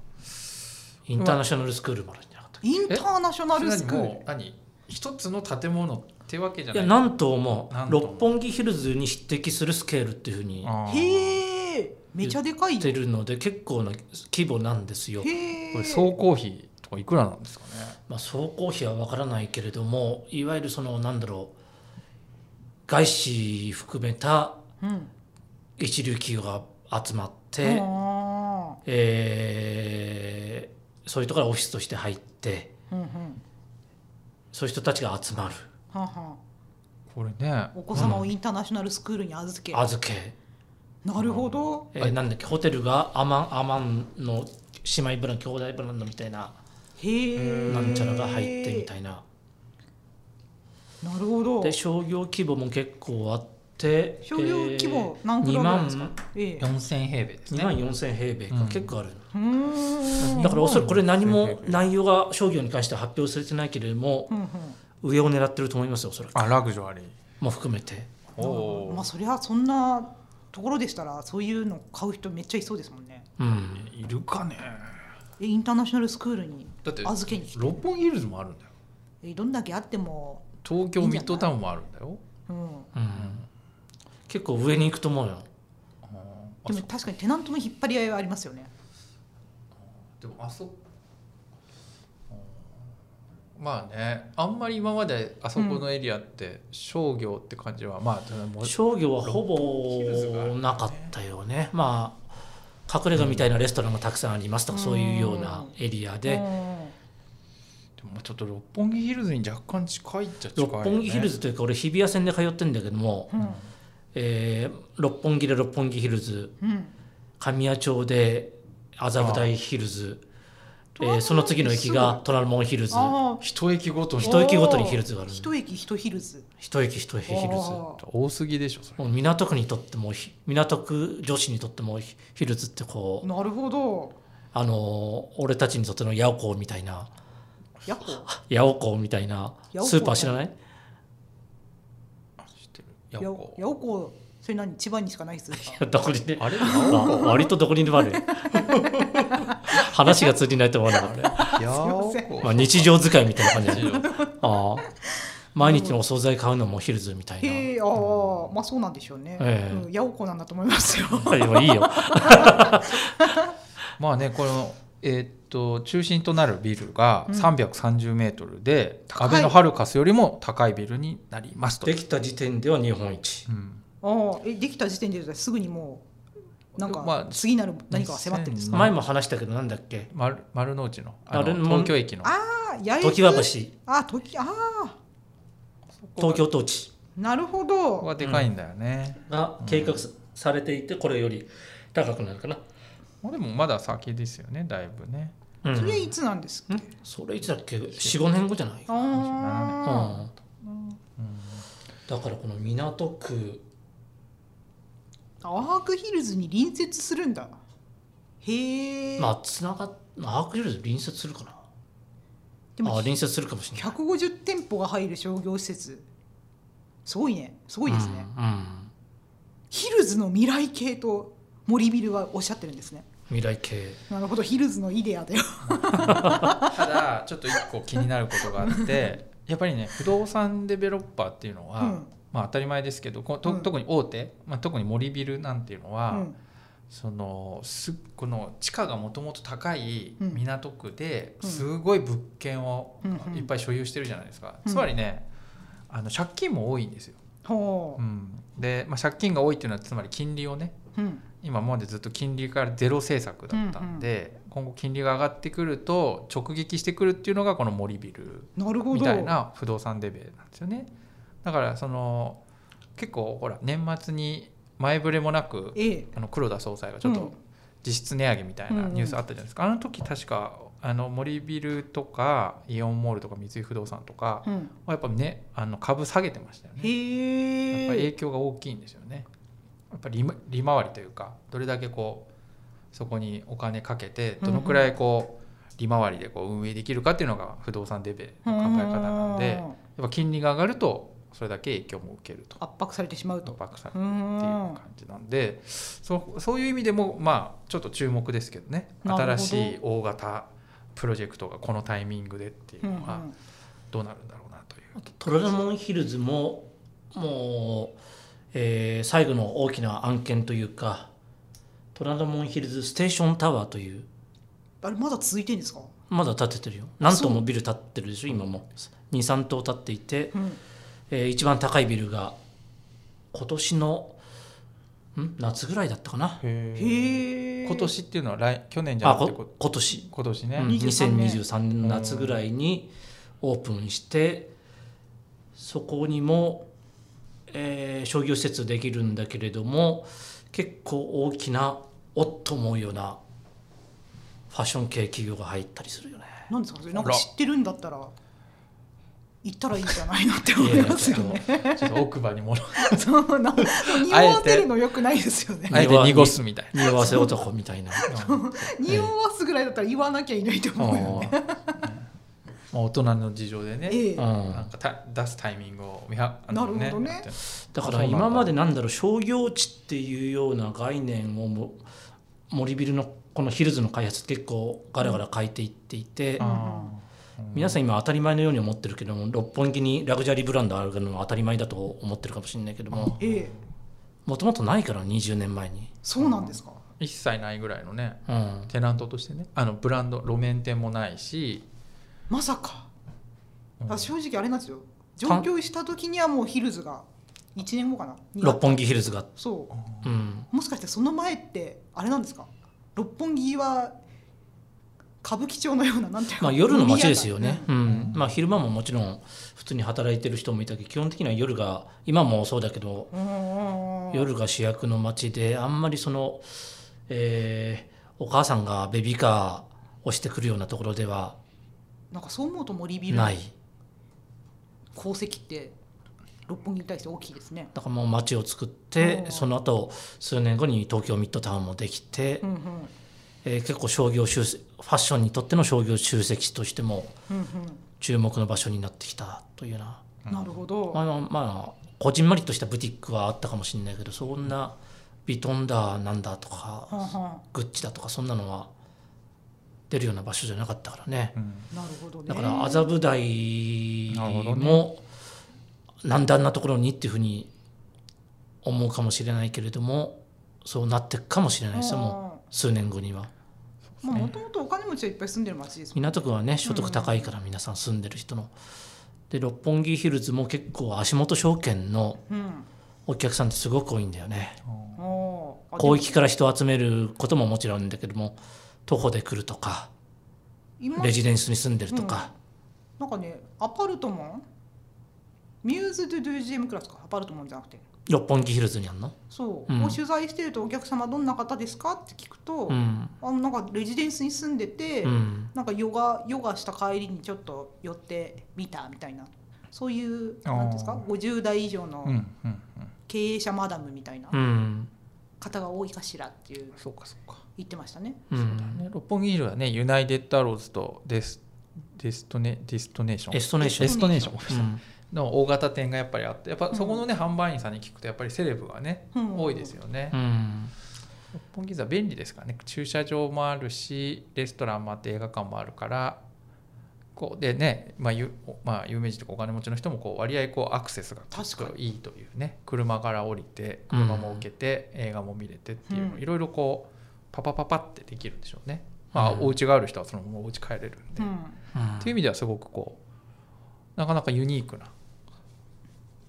A: インターナショナルスクールもあるんじゃなかった
C: ーインターナショナルスク
B: それ
C: ー
B: 何もう何一つの建物ってわけじゃ
A: い
B: な
A: や
B: い
A: 何棟も
B: 何棟も
A: 六本木ヒルズに匹敵するスケールっていうふうに
B: あ
C: ル
B: ー
C: へえめちゃでかい
A: 言ってるので結構な規模なんですよ、
C: へえ
B: これ総工費とかいくらなんですかね
A: まあ、総工費は分からないけれどもいわゆるそのなんだろう外資含めた
C: うん
A: 一流企業が集まって、
C: あ
A: えーそういうところがオフィスとして入って
C: ーうんうん
A: そういう人たちが集まる
C: はんはん
B: これね
C: お子様をインターナショナルスクールに預け、
A: 預け
C: なるほど
A: えーなんだっけホテルがアマンアマンの姉妹ブランド兄弟ブランドみたいな
C: へえ
A: なんちゃらが入ってみたいな
C: なるほど
A: で商業規模も結構あって
C: 商業規模何
A: え
C: く
A: ー2
C: らいなんです
A: 万
C: かええ
B: 4000平米です
A: 2万4000平米か、
B: うん
A: 結構ある
C: うーん
A: だからおそらくこれ何
B: うん
A: も内容が商業に関しては発表されてないけれども
C: うん
A: 上を狙ってると思いますよおそらく
B: あラグジュアリー
A: も含めて
B: お
C: うんまあ
B: お
C: そりゃそんなところでしたらそういうの買う人めっちゃいそうですもんね
A: うん、
B: いるかね
C: えインターナショナルスクールに
B: だって
C: 預けに来て
B: 六本木ヒルズもあるんだよ
C: えどんだけあっても、
B: 東京ミッドタウンもあるんだよ
C: うん、
A: うん、結構上に行くと思うよ
B: あーあ
C: で
B: そ
C: も確かにテナントの引っ張り合いはありますよね
B: でもあそまあねあんまり今まであそこのエリアって商業って感じは、まあただもう
A: 商業はほ
B: ヒルズがある
A: ぼ
B: ね
A: なかったよねまあ隠れ家みたいなレストランがたくさんありますとか、
C: うん
A: そういうようなエリアで、
B: でもちょっと六本木ヒルズに若干近いっちゃ近い
A: 六
B: よね
A: 本木ヒルズというか俺日比谷線で通ってんだけども、
C: うん
A: えー六本木で六本木ヒルズ
C: うんうん
A: 神谷町で麻布台ヒルズ、えー
C: あー
A: その次の駅が虎ノ門ヒルズ
C: ああ
B: 一駅ごとに
A: 一駅ごとにヒルズがある
C: 一駅一ヒルズ
A: 一駅一駅ヒルズ
C: あ
A: も
B: 多すぎでしょそれ
A: う港区にとってもひ港区女子にとってもヒヒルズってこう
C: なるほど
A: あの俺たちにとってのヤオコーみたいな
C: やっこ
A: ヤオコーみたいな
C: ヤオコー
A: スーパー知らない
B: 知って
C: や
B: るやっ
C: や
B: こ
C: おこそれ何千葉にしかないスーパー
A: どこにで、
B: あれ
A: あ割とどこにでもある 話が通じないと思わなかった、
B: やおこ
A: まあ、日常使いみたいな感じ
B: 日
A: で
B: 常
A: ああ毎日のお惣菜買うのもヒルズみたいな
C: へえああまあそうなんでしょうね、
A: ええ
C: うん、やおこなんだと思いますよ
A: でもいいよ
B: まあねこのえーっと中心となるビルが
C: うん
B: 3 3 0ルで、
C: 高い
B: アベノハルカスよりも高いビルになりますと。
A: できた時点では日本一
B: うん
C: ああえできた時点ですぐにもうなんか、
B: まあ
C: 次なる何かが迫ってるんですか
B: うん
A: 前も話したけどなんだっけ
B: 丸丸の内のあの
A: 丸の
B: 東京駅の
C: ああ八重洲
A: 常盤橋
C: あ時ああ
A: 東京統治
C: なる
B: こ
C: ほ
B: こ
C: ど
B: がでかいんだよね、
A: が計画されていてこれより高くなるかな、
B: まあ、でもまだ先ですよねだいぶね
A: うん
C: それいつなんですか、
A: それいつだっけ45年後じゃない
C: ああ、
A: うん
C: うん
B: うん
A: だからこの港区
C: アークヒルズに隣接するんだへえ、
A: まあつながっアークヒルズ隣接するかな
C: でも
A: あ隣接するかもしれない
C: 150店舗が入る商業施設すごいねすごいですね、
A: うんうん
C: ヒルズの未来系と森ビルはおっしゃってるんですね
A: 未来系
C: なるほどヒルズのイデアだよ
B: ただちょっと一個気になることがあって やっぱりね不動産デベロッパーっていうのは、
C: うん
B: まあ、当たり前ですけどこうと
C: うん
B: 特に大手、まあ、特に森ビルなんていうのは、
C: うん
B: そのすこの地価がもともと高い
C: うん
B: 港区で
C: うん
B: すごい物件を
C: うんうん
B: いっぱい所有してるじゃないですか、
C: うん
B: つまりねあの借金も多いんですよ、
C: ほ
B: うんで、まあ、借金が多いっていうのはつまり金利をね
C: う、うん
B: 今までずっと金利からゼロ政策だったんで、今後金利が上がってくると直撃してくるっていうのがこの森ビル
C: なるほど
B: みたいな不動産デベなんですよねだからその結構ほら年末に前触れもなく
C: ええ
B: あの黒田総裁がちょっ
C: うん
B: と実質値上げみたいなニュースあったじゃないですか、あの時確かあの森ビルとかイオンモールとか三井不動産とか
C: うん、
B: はやっぱねあの株下げてましたよねやっぱり
C: へ
B: 影
C: え
B: 響が大きいんですよねやっぱり利利回りというかどれだけこうそこにお金かけてどのくらいこう利回りでこう運営できるかっていうのが不動産デベの考え方なんでやっぱ金利が上がるとそれだけ影響も受けると
C: 圧迫されてしまうと
B: 圧迫され
C: う
B: るっていう
C: ーん
B: 感じなんでそそういう意味でもまあちょっと注目ですけどね
C: なるほど
B: 新しい大型プロジェクトがこのタイミングでっていう
C: うんう
B: のは
C: ん
B: どうなるんだろうなという。
A: トラノモンヒルズももう、えー最後の大きな案件というかトラノモンヒルズステーションタワーという
C: あれまだ続いてんですか、
A: まだ建ててるよ何棟もビル建ってるでしょ今も23棟建っていて、
C: うん、
A: えー一番高いビルが今年のん夏ぐらいだったかな
C: へえ
B: 今年っていうのは来去年じゃ
A: あ
B: なくて
A: こ
B: こ
A: 今年
B: 今年ね、
A: うん
C: 23年
A: 2023年の夏ぐらいにオープンしてそこにも、えー商業施設できるんだけれども結構大きなおっと思うようなファッション系企業が入ったりするよね。
C: なんですかそれなんか
B: あら
C: 知ってるんだったら行ったらいいじゃないのって思いますよね。
B: ちょっと奥歯に物を
C: そうな、匂わせるの良くないですよね。
B: あえて濁すみたい
A: 匂わせ男 みたいな。
C: 匂わすぐらいだったら言わなきゃいないと
B: な。
C: 思うよね。
B: うんまあ、大人の事情でね、
C: ええ
A: うん
B: なんかた出すタイミングを見はあの
C: なるほどね
B: やってる
A: だから今までなんだろう商業地っていうような概念をも森ビルのこのヒルズの開発結構ガラガラ変えていっていて、
B: あーうん
A: 皆さん今当たり前のように思ってるけども六本木にラグジュアリーブランドあるのは当たり前だと思ってるかもしれないけども
C: ええ
A: もともとないから20年前に、
C: そうなんですか。
B: 一切ないぐらいのね
A: うん、
B: テナントとしてねあのブランド路面店もないし、
C: まさか。
B: うん
C: あ正直あれなんですよ。上京した時にはもうヒルズが一年後かな。に
A: 六本木ヒルズが、
C: そう。
A: うん、
C: もしかしてその前ってあれなんですか六本木は歌舞伎町のようななんていうか、
A: まあ、夜の街ですよね、う
C: 飲
A: んまあ、昼間ももちろん普通に働いてる人もいたけど基本的には夜が今もそうだけど
C: み屋街。うんうんうん
A: 夜が主役の街であんまりその、えーお母さんがベビーカーをしてくるようなところでは
C: なんかそう思うと森ビルの
A: ない
C: 功績って六本木に対して大きいですね。
A: だからもう街を作って
C: うん
A: その後数年後に東京ミッドタウンもできて、
C: うんうん
A: えー結構商業集積ファッションにとっての商業集積地としても
C: うん
A: 注目の場所になってきたというような。
C: うん、なるほ
A: ま
C: ど。
A: あまあこじんまりとしたブティックはあったかもしれないけどそんなビトンだなんだと
C: はん
A: か
C: は
A: グッチだとかそんなのは出るような場所じゃなかったからね
B: うん
C: んなるほどね。
A: だから麻布台
B: なるほど
A: もなんであんなところにっていうふうに思うかもしれないけれどもそうなっていくかもしれないですよも
C: も
A: う数年後には
C: まあもともとお金持ちはいっぱい住んでる街ですもんね。
A: 港区はね所得高いから皆さん住んでる人の。で六本木ヒルズも結構足元証券の
C: うん。
A: お客さんってすごく多いんだよね
C: おーあ
A: 広域から人を集めることももちろんだけども徒歩で来るとか
C: でも今
A: レジデンスに住んでるとか、
C: なんかねアパルトマンミューズ・ドゥ・ドゥ・ジムクラスかアパルトマンじゃなくて
A: 六本木ヒルズにあんの、
C: そう、
A: うん
C: を取材してるとお客様どんな方ですかって聞くと、
A: うん
C: あなんかレジデンスに住んでて、
A: うん、
C: なんかヨガヨガした帰りにちょっと寄ってみたみたいなそういう
B: あー
C: なんていうんですか50代以上
B: うんう
C: の
B: んうん
C: 経営者マダムみたいな
A: うん
C: 方が多いかしらっていう
B: そうかそうか、
C: 言ってましたね。
A: うん、
B: ね、六本木ヒルはねユナイテッドアローズとデスデストネディストネーション
A: エストネーション
B: エストネーションごめんなさい
A: うん
B: の大型店がやっぱりあってやっぱそこのね、販売員さんに聞くとやっぱりセレブがね、
C: うん
B: 多いですよね、
A: うん
B: 六本木座便利ですからね駐車場もあるしレストランもあって映画館もあるからこうでね、まあゆまあ、有名人とかお金持ちの人もこう割合こうアクセスが
C: 確かに
B: いいというね車から降りて
A: うん
B: 車も受けて、映画も見れてっていうの
C: うん
B: いろいろこうパパパパってできるんでしょうね、まあ
A: うん
B: お家がある人はそのままお家帰れるんで、
C: う
B: っ
A: う
C: ん
A: ん
B: ていう意味ではすごくこうなかなかユニークな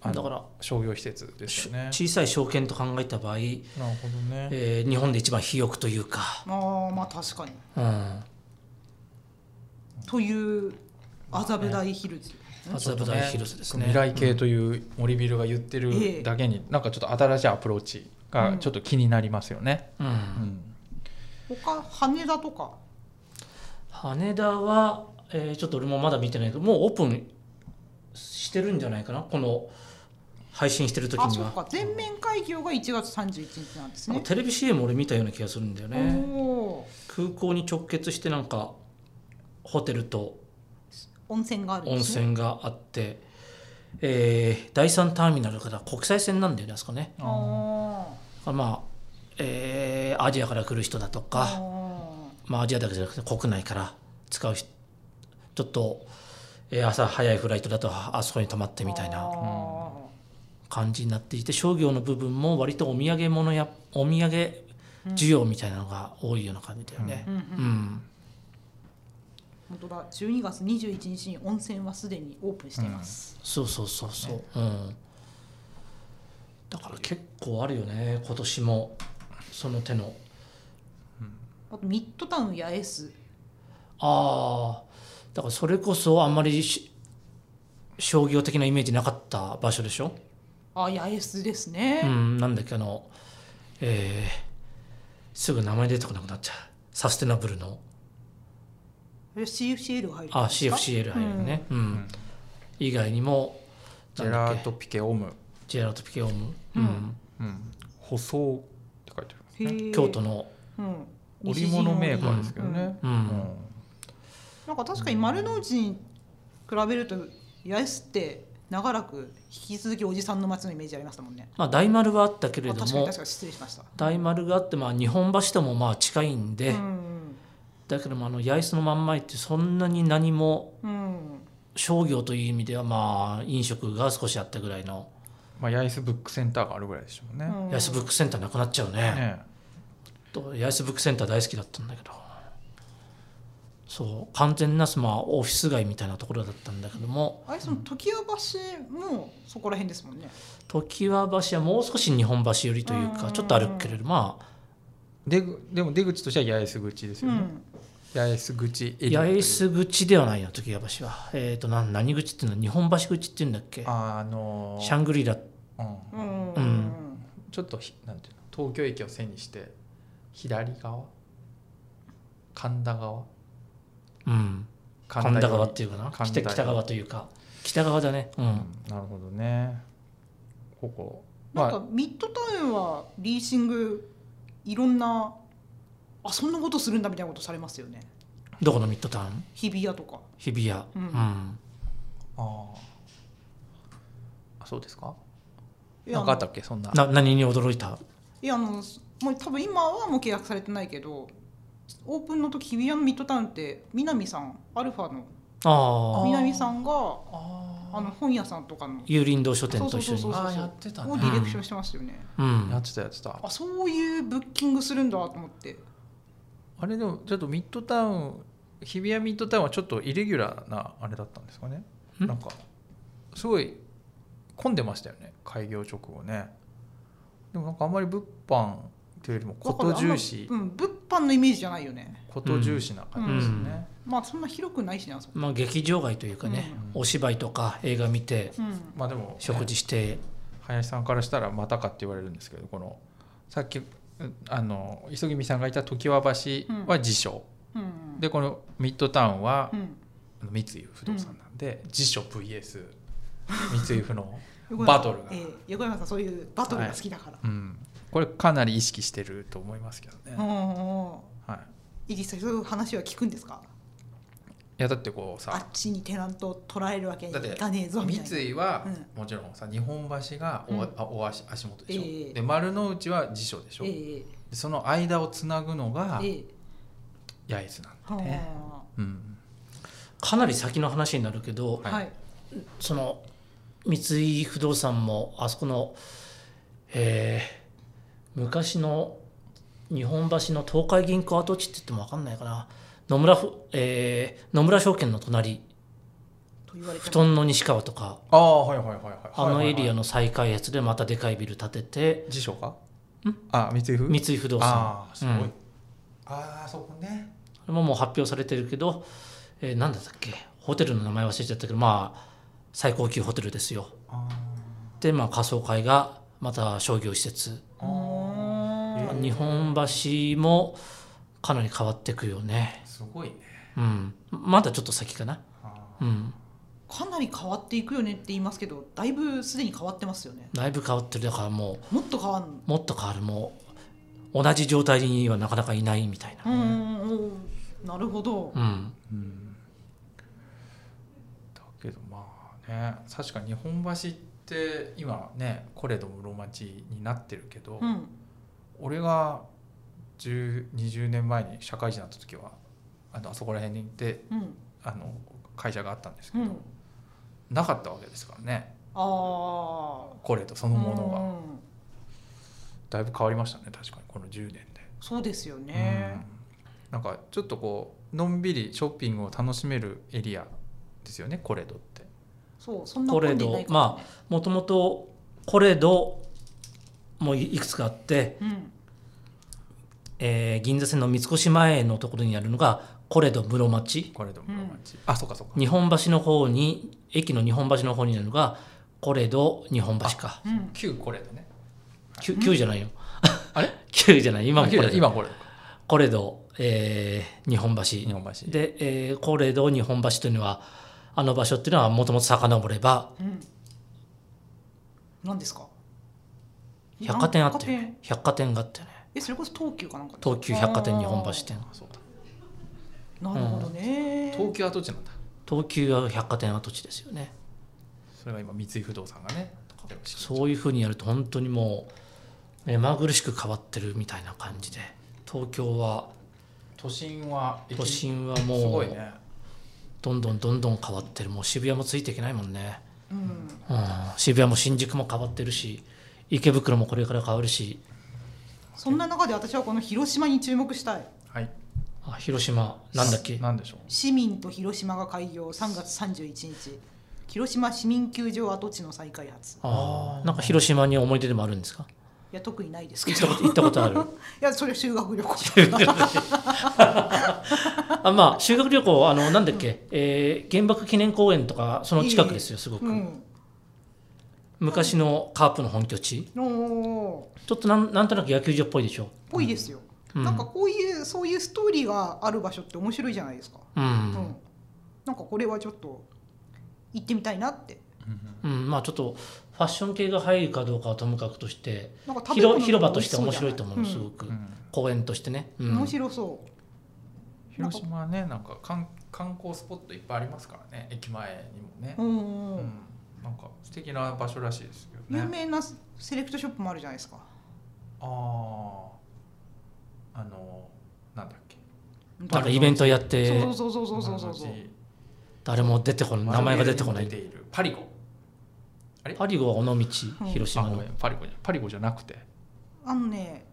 B: あ
A: だ
B: の
A: から
B: 商業施設ですよね。
A: 小さい証券と考えた場合、
B: なるほどね
A: えー日本で一番肥沃というか、
C: あーまあ確かに。
A: うん、
C: という麻布台ヒルズ。
A: 麻布台ヒルズですね
B: 未来系という森ビルが言ってるだけに、なんかちょっと新しいアプローチがちょっと気になりますよね。
A: うん
B: うん
C: 他羽田とか
A: 羽田は、えーちょっと俺もまだ見てないけどもうオープンしてるんじゃないかなこの配信してる時
C: あ
A: に
C: そう
A: は
C: か全面開業が1月31日なんです
A: なん
C: ね
A: か。テレビ CM 俺見たような気がするんだよ
C: お
A: ね
C: おー
A: 空港に直結してなんかホテルと
C: 温泉があるん
A: 温
C: ですね。
A: 泉があって、えー第3ターミナルから国際線なんだよねあそこね
C: あー
A: まあえーアジアから来る人だと
C: あ
A: か、まあ、アジアだけじゃなくて国内から使う人ちょっと、えー朝早いフライトだとああそこに泊まって
C: ー
A: みたいな
C: あー
A: 感じになっていて商業の部分も割とお土産物やお土産需要みたいなのが多いような感じだよね
C: う。んうん
A: うん
C: 本当だ12月21日に温泉はすでにオープンしています、
A: そうそうそうそう、うんだから結構あるよね今年もその手の
C: あとミッドタウン八重洲
A: ああだからそれこそあんまりし商業的なイメージなかった場所でしょ、
C: あ八重洲ですね、
A: うんなんだっけあのえーすぐ名前出てこなくなっちゃうサステナブルの
C: え CFCL が入る
A: あ
C: んですか
A: CFCL 入るね、うん
B: ん
A: 以外にも
B: ジ
A: なん
B: ェ
A: だ
B: ラ
A: っ
B: ー
A: け
B: トピケオム、
A: ジェラートピケオム、う
C: うん
A: ん
B: うん、舗装って書いてあ
C: へー
A: 京都の、
C: うん
B: る織物メーカーですけど
C: うん
B: ね。
A: うん
B: うん
C: なんか確かに丸の内べると八重洲って長らく引き続きおじさんの街のイメージありましたもんね。
A: まあ、大丸はあったけ
C: あ
A: れど
C: 確かに
A: も
C: 確かに失礼しました。
A: 大丸があってまあ日本橋ともまあ近いんで、
C: うん
A: だけどもあの八重洲の真ん前ってそんなに何も
C: うんうん
A: 商業という意味ではまあ飲食が少しあったぐらいの
B: まあ、八重洲ブックセンターがあるぐらいでしょうね。
C: うん
A: 八重洲ブックセンターなくなっちゃうね、
B: ね
A: と八重洲ブックセンター大好きだったんだけどそう完全なまあオフィス街みたいなところだったんだけども
C: あれその常盤橋もそこら辺ですもんね。
A: 常盤橋はもう少し日本橋寄りという
C: う
A: か
C: ん
A: ちょっと歩くけれどまあ
B: ででも出口としては八重洲口ですよね。八重洲口エリア
A: 八
B: とい
A: 重
B: う
A: 洲口ではないな常盤橋はえっ、となん何口っていうのは日本橋口っていうんだっけ
B: あのー
A: シャングリラ
B: う
C: うん
A: う
C: んうんん
B: ちょっとひなんていうの東京駅を背にして左側神田川
A: うん神田川っ
B: いう、
A: ていうかな
B: 神
A: 北
B: 田川
A: 北側というか北側だねうん、
B: うんなるほどねここ
C: なん
B: まあ
C: かミッドタウンはリーシングいろんなあそんなことするんだみたいなことされますよね
A: どこのミッドタウン
C: 日比谷とか
A: 日比谷
C: うん
B: あーあそうですか
C: いや
B: なんかあったっけそんな
A: な何に驚いた
C: いやあのもう多分今はもう契約されてないけどオープンの時日比谷のミッドタウンって南さんアルファの
A: ああ
B: ー
C: 南さんが
B: あ
C: あの本屋さんとかの
A: 有林堂書店と一緒
C: そう
A: に
C: そう
B: あ
C: そう
B: ーやってたね
C: をディレクションしてましたよね、
A: うん
B: やってたやってた
C: あそういうブッキングするんだと思って
B: あれでもちょっとミッドタウン日比谷ミッドタウンはちょっとイレギュラーなあれだったんですかね
A: ん
B: なんかすごい混んでましたよね開業直後ねでもなんかあんまり物販というよりも
C: だ
B: こ
C: からあん
B: と
C: ま
B: 重視
C: うん、物販のイメージじゃないよね
B: こと重視な感じですよね、
C: まあそんな広くないしねあそこ
A: まあ劇場街というかね、
B: うん
A: お芝居とか映画見て
C: うん
B: まあでも
A: 食事して、
B: 林さんからしたらまたかって言われるんですけどこのさっきうんあの磯君さんがいた常盤橋は自称、
C: うん
B: でこのミッドタウンは
C: うん
B: あの三井不動産なんで、自称 VS 三井不の
C: 横山
B: バトルが
C: ええ横山さんそういうバトルが好きだから、
B: うん、これかなり意識してると思いますけどね、
C: うんうんうん
B: はい、
C: イギリスさんそういう話は聞くんですか
B: いやだってこう
C: あっ
B: さ
C: ちにテナントを捉えるわけに
B: だって
C: いかねえぞみたいな
B: 三井は
C: うん
B: もちろんさ日本橋がお,、
C: うん
B: あお足足元でしょ、
C: ええ
B: で丸の内は辞書でしょ、で
C: ええ
B: その間をつなぐのが
C: ええ
B: 八重洲なん
C: は
B: で
C: あ
B: ね、うん
A: かなり先の話になるけど、
B: はい
C: はい
A: その三井不動産もあそこの、えー昔の日本橋の東海銀行跡地って言っても分かんないかな野村ふ、えー野村証券の隣
C: と言われて
A: 布
C: も
A: 団の西川とか
B: ああはいはいはいはい
A: あのエリア
B: の
A: の再開発でまたでかいビル建てて
B: 辞書かあ三井不
A: 三井不動産
B: ああすごい、
A: うん
B: ああそこね
A: これももう発表されてるけど、えー、何だったっけホテルの名前忘れちゃったけどまあ最高級ホテルですよ
B: あ
A: でまあ仮想会がまた商業施設
B: ーあ
C: あ
B: え
A: 日本橋もかなり変わっていくよね
B: ーすごいね
A: うんまだちょっと先かな
B: あ
A: うん
C: あかなり変わっていくよねって言いますけどだいぶすでに変わってますよね
A: だいぶ変わってるだからも
C: もっと変わん
A: うもっと変わるもう同じ状態にはなかなかいないみたい
C: う
A: な
C: んうんうんうんなるほど
A: うん
B: ーうんだけどまあね確か日本橋って今ねコレド室町になってるけど、
C: うん
B: 俺が10 20年前に社会人になった時はあのあそこら辺にで
C: うん
B: あの会社があったんですけど、
C: うん
B: なかったわけですからね
C: あ
B: コレドそ
C: あ
B: のものが。
C: うん
B: だいぶ変わりましたね確かにこの10年で、
C: そうですよね
B: うんなんかちょっとこうのんびりショッピングを楽しめるエリアですよねコレドって
C: そうそんな混んでないから
A: まもともとコレドもいいくつかあって、
C: ねうん
A: えー銀座線の三越前のところにあるのがコレド室町
B: コレド室町、あそうかそうか
A: 日本橋の方に駅の日本橋の方にあるのがコレド日本橋か
C: うん
B: 旧コレドね
A: 9じゃないよ
B: あれ
A: 旧じゃない今も
B: あ
A: コ
B: 旧
A: レ
B: コレ
A: ド
B: ド今コレド
A: コレド、えー日本
B: 日
A: 橋
B: 本橋
A: で、えーコレド日本橋というのはあの場所っていうのはもともと遡れば
C: うん何ですか
A: 百貨店あったよ
C: 百貨
A: ね
C: 店
A: 百貨店があったよね
C: えそれこそ東急かなんかですか
A: 東急百貨店日本橋店
B: あそうだ
C: なるほどね、
B: 東急跡地なんだ
A: 東急は百貨店跡地ですよね
B: それが今三井不動産がね
A: そういうふうにやると本当にもう目まぐるしく変わってるみたいな感じで東京は
B: 都心は
A: 都心は
B: す
A: も
B: ご
A: う
B: いね
A: どんどんどんどん変わってるもう渋谷もついていけないもんね、
C: うん
A: うん、渋谷も新宿も変わってるし池袋もこれから変わるし
C: そんな中で私はこの広島に注目したい
B: はい
A: あ広島なんだっけ
B: なんでしょう
C: 市民と広島が開業3月31日広島市民球場跡地の再開発い
A: ああなんか広島に思い出でもあるんですか
C: や特にないです
A: 行
C: け
A: った
C: ど
A: こと行ったことある
C: いやそれは修学旅行
A: あまあ修学旅行あのなんだっけ、えー原爆記念公園とかその近くですよすごく、
C: うん
A: 昔のカープの本拠地
C: おー
A: ちょっとなんなんとなく野球場っぽいでしょ
C: ぽいですよ、
A: うん
C: なんかこういうそういうストーリーがある場所って面白いじゃないですか、
A: う
C: うん
A: ん、
C: なんかこれはちょっと行ってみたいなって
A: うん、まあちょっとファッション系が入るかどうかはともかくとして
C: なんか食べ物
A: 広広場として面白いと思う、
C: ん
A: すごく、
B: うん
A: 公園としてね、うん
C: 面白そう
B: 広島はねなんか観観光スポットいっぱいありますからね駅前にもね、
C: うんう
B: う
C: んうんん
B: なんか素敵な場所らしいですけど
C: 有
B: ね
C: 名なセレクトショップもあるじゃないですか
B: あああのなんだっけ
A: なんかイベントやっ
C: そ
A: て
C: うそうそうそうそうそうそう
A: 誰も出てこない名前が出てこな
B: 出
A: い
B: ているパリゴ
A: パリゴは尾道広島
B: あご
A: の
B: めんパリゴじゃパリゴじゃなくて
C: あのね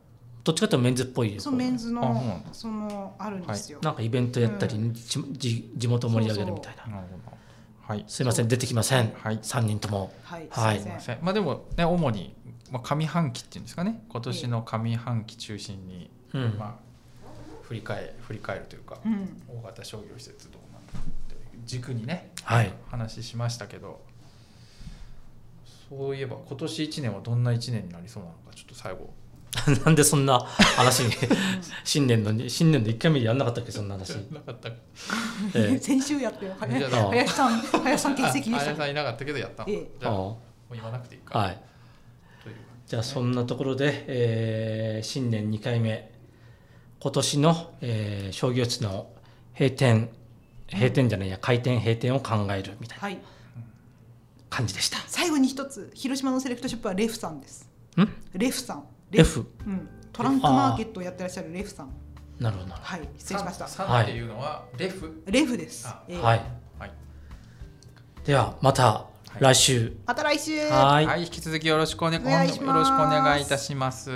A: どっちかというとメンズっぽいよ
C: そのメンズ
B: あそうな
C: の
B: んだ
C: そのあるんですよ、
A: なんかイベントやったり、
C: う
A: じじ地元を盛り上げるみたいな
B: なるほどはい
A: すいません出てきません、
B: はい
A: 3人とも
C: はい、
A: はい
C: すいません
B: まあでもね主に、まあ、上半期っていうんですかね今年の上半期中心に、
A: うん
B: まあ振り返振り返るというか、
C: うん
B: 大型商業施設どうなんだという軸にね
A: はい
B: 話しましたけどそういえば今年1年はどんな1年になりそうなのかちょっと最後
A: なんでそんな話に 新年のに新年で1回目でやんなかったっけそんな話、
B: なかった
A: え
C: 先週やってよは
B: じゃ
C: や
B: あ
C: 林さん林さん欠席で
B: あ
C: し
B: 綾
C: た
B: さんいなかったけどやったの
C: ええ
A: え
B: じゃあも
A: あ
B: う言わなくていいか、
A: あはい
B: という
A: じゃあそんなところで、えー新年2回目今年の、えー商業施設の閉店閉店じゃないや開店閉店を考えるみたいな
C: はい
A: 感じでした。
C: 最後に一つ広島のセレクトショップはレフさんです
A: ん
C: レフさんレ
A: F
C: うん、トランクマーケットをやってらっしゃるレフさん
A: なるほどなるほ
C: はい失礼しました
B: さん
A: はい
B: っていうのはレフ
C: レフです
B: あ、
C: えー
A: ど。はい、
B: はい、
A: ではまた
B: い
A: 来週、
C: また来週
A: はーい
B: はい、引き続きよろしくお,、ね、
C: お願いします
B: よろしくお願いいたします。